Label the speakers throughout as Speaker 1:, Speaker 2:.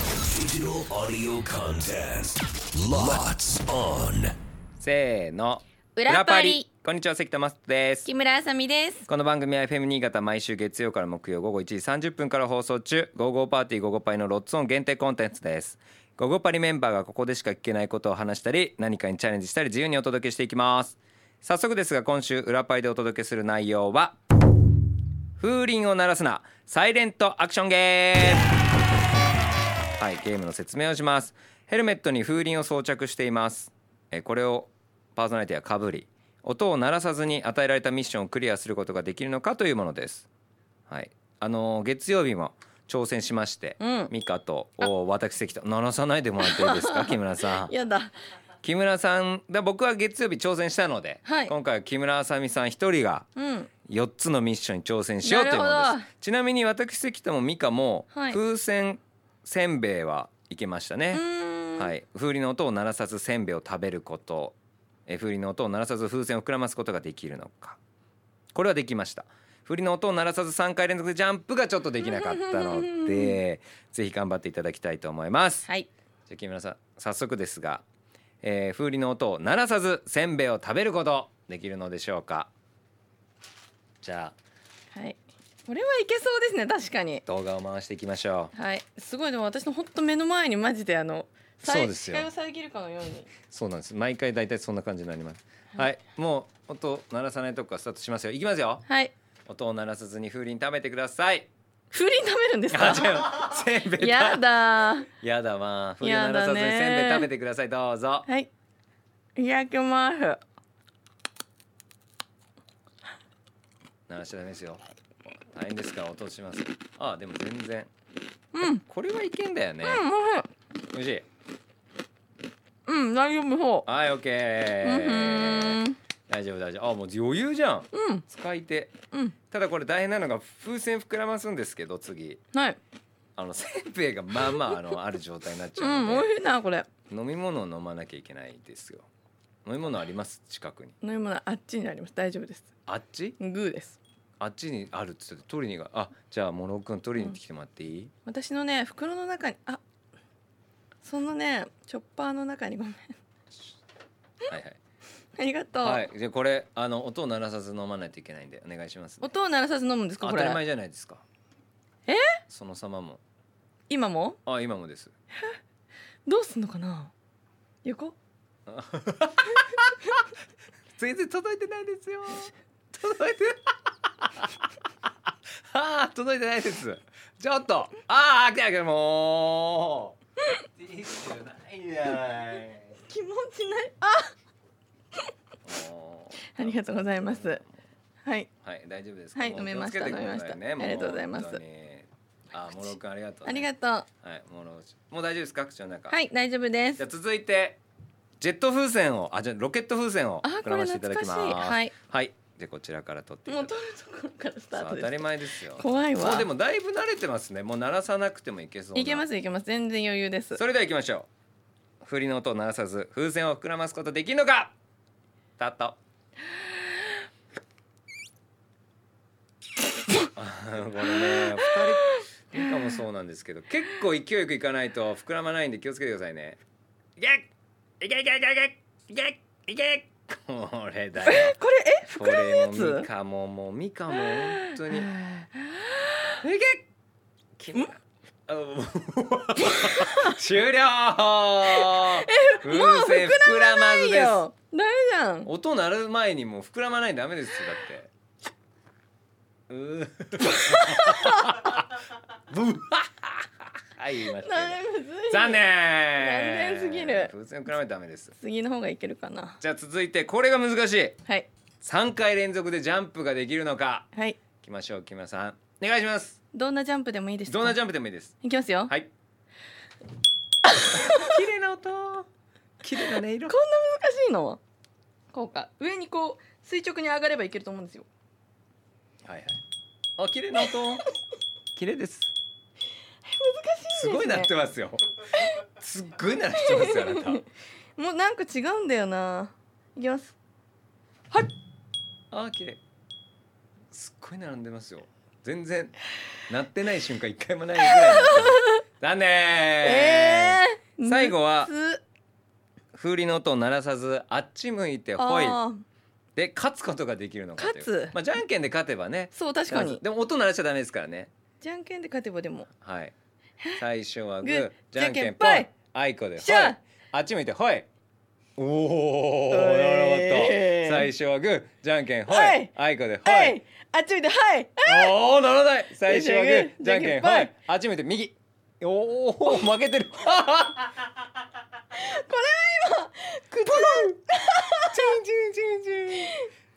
Speaker 1: Digital audio contest. Lots on.
Speaker 2: せーの
Speaker 3: 裏パリ
Speaker 2: こんにちは関田マスです
Speaker 3: 木村あさみです
Speaker 2: この番組は FM 新潟毎週月曜から木曜午後1時30分から放送中「ゴーゴーパーティーゴーゴーパイ」のロッツオン限定コンテンツですゴーゴーパリメンバーがここでしか聞けないことを話したり何かにチャレンジしたり自由にお届けしていきます早速ですが今週裏パリでお届けする内容は風鈴を鳴らすなサイレントアクションゲームはい、ゲームの説明をします。ヘルメットに風鈴を装着しています。えーこれをパーソナリティはかぶり、音を鳴らさずに与えられたミッションをクリアすることができるのかというものです。はい、あのー月曜日も挑戦しまして、
Speaker 3: うん
Speaker 2: ミカとお私関と鳴らさないでもらっていいです か、木村さん。
Speaker 3: やだ
Speaker 2: 木村さん、だ僕は月曜日挑戦したので、
Speaker 3: はい
Speaker 2: 今回は木村あさみさん一人が
Speaker 3: うん
Speaker 2: 4つのミッションに挑戦しようというも
Speaker 3: な
Speaker 2: の
Speaker 3: るほ
Speaker 2: で
Speaker 3: ど
Speaker 2: すちなみに私関とも美香も
Speaker 3: はい
Speaker 2: 風船せんべいはいけました
Speaker 3: う
Speaker 2: ね、
Speaker 3: ーん
Speaker 2: はい、風鈴の音を鳴らさずせんべいを食べることえ風鈴の音を鳴らさず風船を膨らますことができるのかこれはできました風鈴の音を鳴らさず3回連続でジャンプがちょっとできなかったのでぜひ頑張っていただきたいと思います
Speaker 3: はい
Speaker 2: じゃあ木村さん早速ですが、えー、風鈴の音を鳴らさずせんべいを食べることできるのでしょうかじゃあ
Speaker 3: はいこれはいけそうですね確かに
Speaker 2: 動画を回していきましょう
Speaker 3: はいすごいでも私の本当目の前にマジであのさい
Speaker 2: そうですよ
Speaker 3: 視界を遮るかのように
Speaker 2: そうなんです毎回大体そんな感じになりますはいもう音鳴らさないとこからスタートしますよいきますよ
Speaker 3: はい
Speaker 2: 音を鳴らさずに風鈴食べてください
Speaker 3: 風鈴食べるんです
Speaker 2: あ
Speaker 3: か
Speaker 2: 違うせんべい
Speaker 3: やだー
Speaker 2: やだわ風鈴鳴らさずに
Speaker 3: やだね
Speaker 2: せんべい食べてくださいどうぞ
Speaker 3: はいいただきます
Speaker 2: 鳴らしちゃダメですよ大変ですから音しますあでも全然うんこれはいけんだよね、
Speaker 3: うんお
Speaker 2: 美味
Speaker 3: いしい
Speaker 2: しい
Speaker 3: うん大丈夫そう
Speaker 2: はい、オッケ
Speaker 3: うんふー
Speaker 2: ー。
Speaker 3: ん
Speaker 2: 大丈夫、大丈夫。あ、もう余裕じゃん。
Speaker 3: うん
Speaker 2: 使い手。
Speaker 3: うん
Speaker 2: ただこれ大変なのが風船膨らますんですけど、次。
Speaker 3: はい
Speaker 2: あのせんべいがまあまあ、あのある状態になっち
Speaker 3: う
Speaker 2: ゃうの
Speaker 3: ん
Speaker 2: で、
Speaker 3: 美味しいなこれ
Speaker 2: 飲み物を飲まなきゃいけないですよ。飲み物あります近くに。
Speaker 3: 飲み物あっちにあります大丈夫です
Speaker 2: あっち？
Speaker 3: グーです
Speaker 2: あっちにあるっつって取りにが。あ、じゃあモロ君取りに来てもらっていい？
Speaker 3: 私のね袋の中にあそのねチョッパーの中にごめん
Speaker 2: はいはい。
Speaker 3: ありがとう、
Speaker 2: はい。じゃあこれあの音を鳴らさず飲まないといけないんでお願いします、ね。
Speaker 3: 音を鳴らさず飲むんですか
Speaker 2: 当
Speaker 3: こ
Speaker 2: たり前
Speaker 3: れ
Speaker 2: じゃないですか。
Speaker 3: え？
Speaker 2: その様も。
Speaker 3: 今も
Speaker 2: あ、今もです。
Speaker 3: どうすんのかな横
Speaker 2: 全然届いてないですよ。届いてない。 ああ、届いてないです。ちょっと、ああ、来たけどもう。ティッシュないやい。
Speaker 3: 気持ちないあありがとうございますはい
Speaker 2: はい、大丈夫ですか。
Speaker 3: はい
Speaker 2: もう
Speaker 3: 飲めました
Speaker 2: 気をつけてくださいね
Speaker 3: 飲めましたありがとうございます。
Speaker 2: もう本当にあー、もろくんありがとう、
Speaker 3: ありが
Speaker 2: と
Speaker 3: とう
Speaker 2: う。はい、もろもう大丈夫ですか、口の中。
Speaker 3: はい大丈夫で
Speaker 2: じゃ
Speaker 3: す
Speaker 2: あ続いてジェット風船をあじゃあロケット風船を
Speaker 3: あ
Speaker 2: 膨らませていただきます。
Speaker 3: これ懐かしいはい、
Speaker 2: はい。でこちらから取ってい
Speaker 3: も
Speaker 2: ただ
Speaker 3: う
Speaker 2: き
Speaker 3: 取るところからスタ
Speaker 2: そう
Speaker 3: ート
Speaker 2: 当た
Speaker 3: で
Speaker 2: り
Speaker 3: す
Speaker 2: 前ですよ。
Speaker 3: 怖い
Speaker 2: も
Speaker 3: わ
Speaker 2: うでもだいぶ慣れてますね。もう鳴らさなくてもいけそうな。
Speaker 3: いけますいけます全然余裕です
Speaker 2: それでは行きましょう。振りの音を鳴らさず風船を膨らますことできるのか。たっと。あーこれね、二人。ミカもそうなんですけど、結構勢いよくいかないと膨らまないんで気をつけてくださいね。いけいけいけいけいけいけいけこれだよ。
Speaker 3: これえ
Speaker 2: こ
Speaker 3: 膨らむ
Speaker 2: れ
Speaker 3: や
Speaker 2: も
Speaker 3: つ
Speaker 2: ミカももうミカも本当に。
Speaker 3: はい
Speaker 2: いけきむあもう終了えもう膨らま
Speaker 3: い
Speaker 2: ず
Speaker 3: い
Speaker 2: です
Speaker 3: よダメじゃん
Speaker 2: 音鳴る前にもう膨らまないとダメですよだってうーブワッはい言いました
Speaker 3: ダ
Speaker 2: け
Speaker 3: メむずい
Speaker 2: ど残念
Speaker 3: 残念すぎる
Speaker 2: 風船膨らまないとダメです
Speaker 3: 次の方がいけるかな
Speaker 2: じゃあ続いてこれが難しい
Speaker 3: はい
Speaker 2: 三回連続でジャンプができるのか
Speaker 3: はい
Speaker 2: いきましょう木村さんお願いします
Speaker 3: どんなジャンプでもいいですか
Speaker 2: どんなジャンプでもいいです
Speaker 3: いきますよ、
Speaker 2: はい。綺麗な音。綺麗な音色
Speaker 3: こんな難しいのこうか上にこう垂直に上がればいけると思うんですよ
Speaker 2: はいはい。あ、綺麗な音。綺麗です。すごい鳴ってますよ。すっごい鳴らしてますよ、あな
Speaker 3: もうなんか違うんだよないきますはい
Speaker 2: た。あ、綺麗。すっごい並んでますよ。全然。鳴ってない瞬間一回もないぐらい鳴ってます。残念。
Speaker 3: え
Speaker 2: 最後は
Speaker 3: つ
Speaker 2: 風鈴の音を鳴らさずあっち向いてほい
Speaker 3: あー
Speaker 2: で勝つことができるのかという
Speaker 3: 勝つ
Speaker 2: まあじゃんけんで勝てばね
Speaker 3: そう確かに
Speaker 2: でも音鳴らしちゃダメですからね
Speaker 3: じゃんけんで勝てばでも
Speaker 2: はい最初はグ
Speaker 3: グ
Speaker 2: ー
Speaker 3: ー
Speaker 2: じゃん
Speaker 3: じゃん
Speaker 2: け
Speaker 3: け
Speaker 2: ん
Speaker 3: ん
Speaker 2: ぽ
Speaker 3: ぽ
Speaker 2: い
Speaker 3: い
Speaker 2: あいこでほ
Speaker 3: しゃ
Speaker 2: いあっち向いてほいおお、
Speaker 3: え
Speaker 2: なるほ
Speaker 3: ー
Speaker 2: ど最初はグーじゃんけんほい
Speaker 3: はい
Speaker 2: あいこでほ
Speaker 3: はいいあっち向いてはい
Speaker 2: おおならない最初はグーじ
Speaker 3: じ
Speaker 2: ゃ
Speaker 3: ゃ
Speaker 2: ん
Speaker 3: ん
Speaker 2: け
Speaker 3: け
Speaker 2: ん
Speaker 3: ん
Speaker 2: ほ
Speaker 3: ぽ
Speaker 2: い
Speaker 3: い
Speaker 2: あっち向いて右おお 負けてる
Speaker 3: く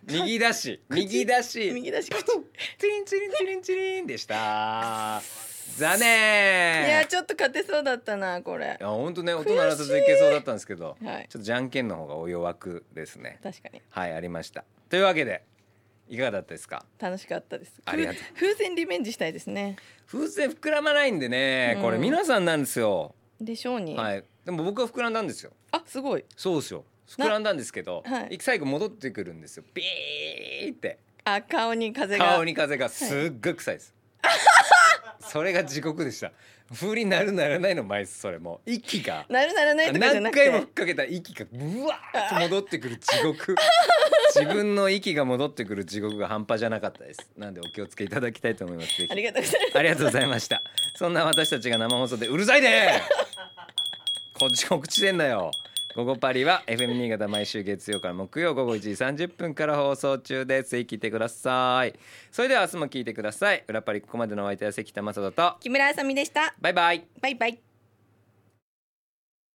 Speaker 2: 右だし右だし
Speaker 3: 右出し口
Speaker 2: チリンチリンチリンチリンでした残
Speaker 3: い
Speaker 2: 念
Speaker 3: やちょっと勝てそうだったなこれ
Speaker 2: いや本当ね音鳴らさずいけそうだったんですけど、
Speaker 3: はい
Speaker 2: ちょっとじゃんけんの方がお弱くですね
Speaker 3: 確かに
Speaker 2: はいありましたというわけでいかがだったですか
Speaker 3: 楽しかったです
Speaker 2: ありがとう
Speaker 3: ふ風船リベンジしたいですね
Speaker 2: 風船膨らまないんでね、
Speaker 3: うん
Speaker 2: これ皆さんなんですよ
Speaker 3: でしょうに、
Speaker 2: はいでも僕は膨らんだんですよ
Speaker 3: あすごい
Speaker 2: そうですよ
Speaker 3: な
Speaker 2: 膨らんだんですけど、
Speaker 3: はい
Speaker 2: 最後戻ってくるんですよビーって
Speaker 3: あ顔に風が
Speaker 2: 顔に風がすっごい臭い です、それが地獄でした風になるならないの枚数それもう息が
Speaker 3: なるならないとかじゃ
Speaker 2: 何
Speaker 3: なく
Speaker 2: 回も
Speaker 3: て
Speaker 2: 吹っかけた息がうわーっと戻ってくる地 獄自分の息が戻ってくる地獄が半端じゃなかったですなんでお気をつけいただきたいと思いますぜひ
Speaker 3: ありがとうございます
Speaker 2: ありがとうございましたそんな私たちが生放送でうるさいで こっち告知でんだよ午後パリは FM 新潟毎週月曜から木曜午後1時30分から放送中ですぜひ聞いてくださいそれでは明日も聞いてください裏パリここまでのお相手は関田正人と
Speaker 3: 木村あさみでした
Speaker 2: バイバイ
Speaker 3: バイバイ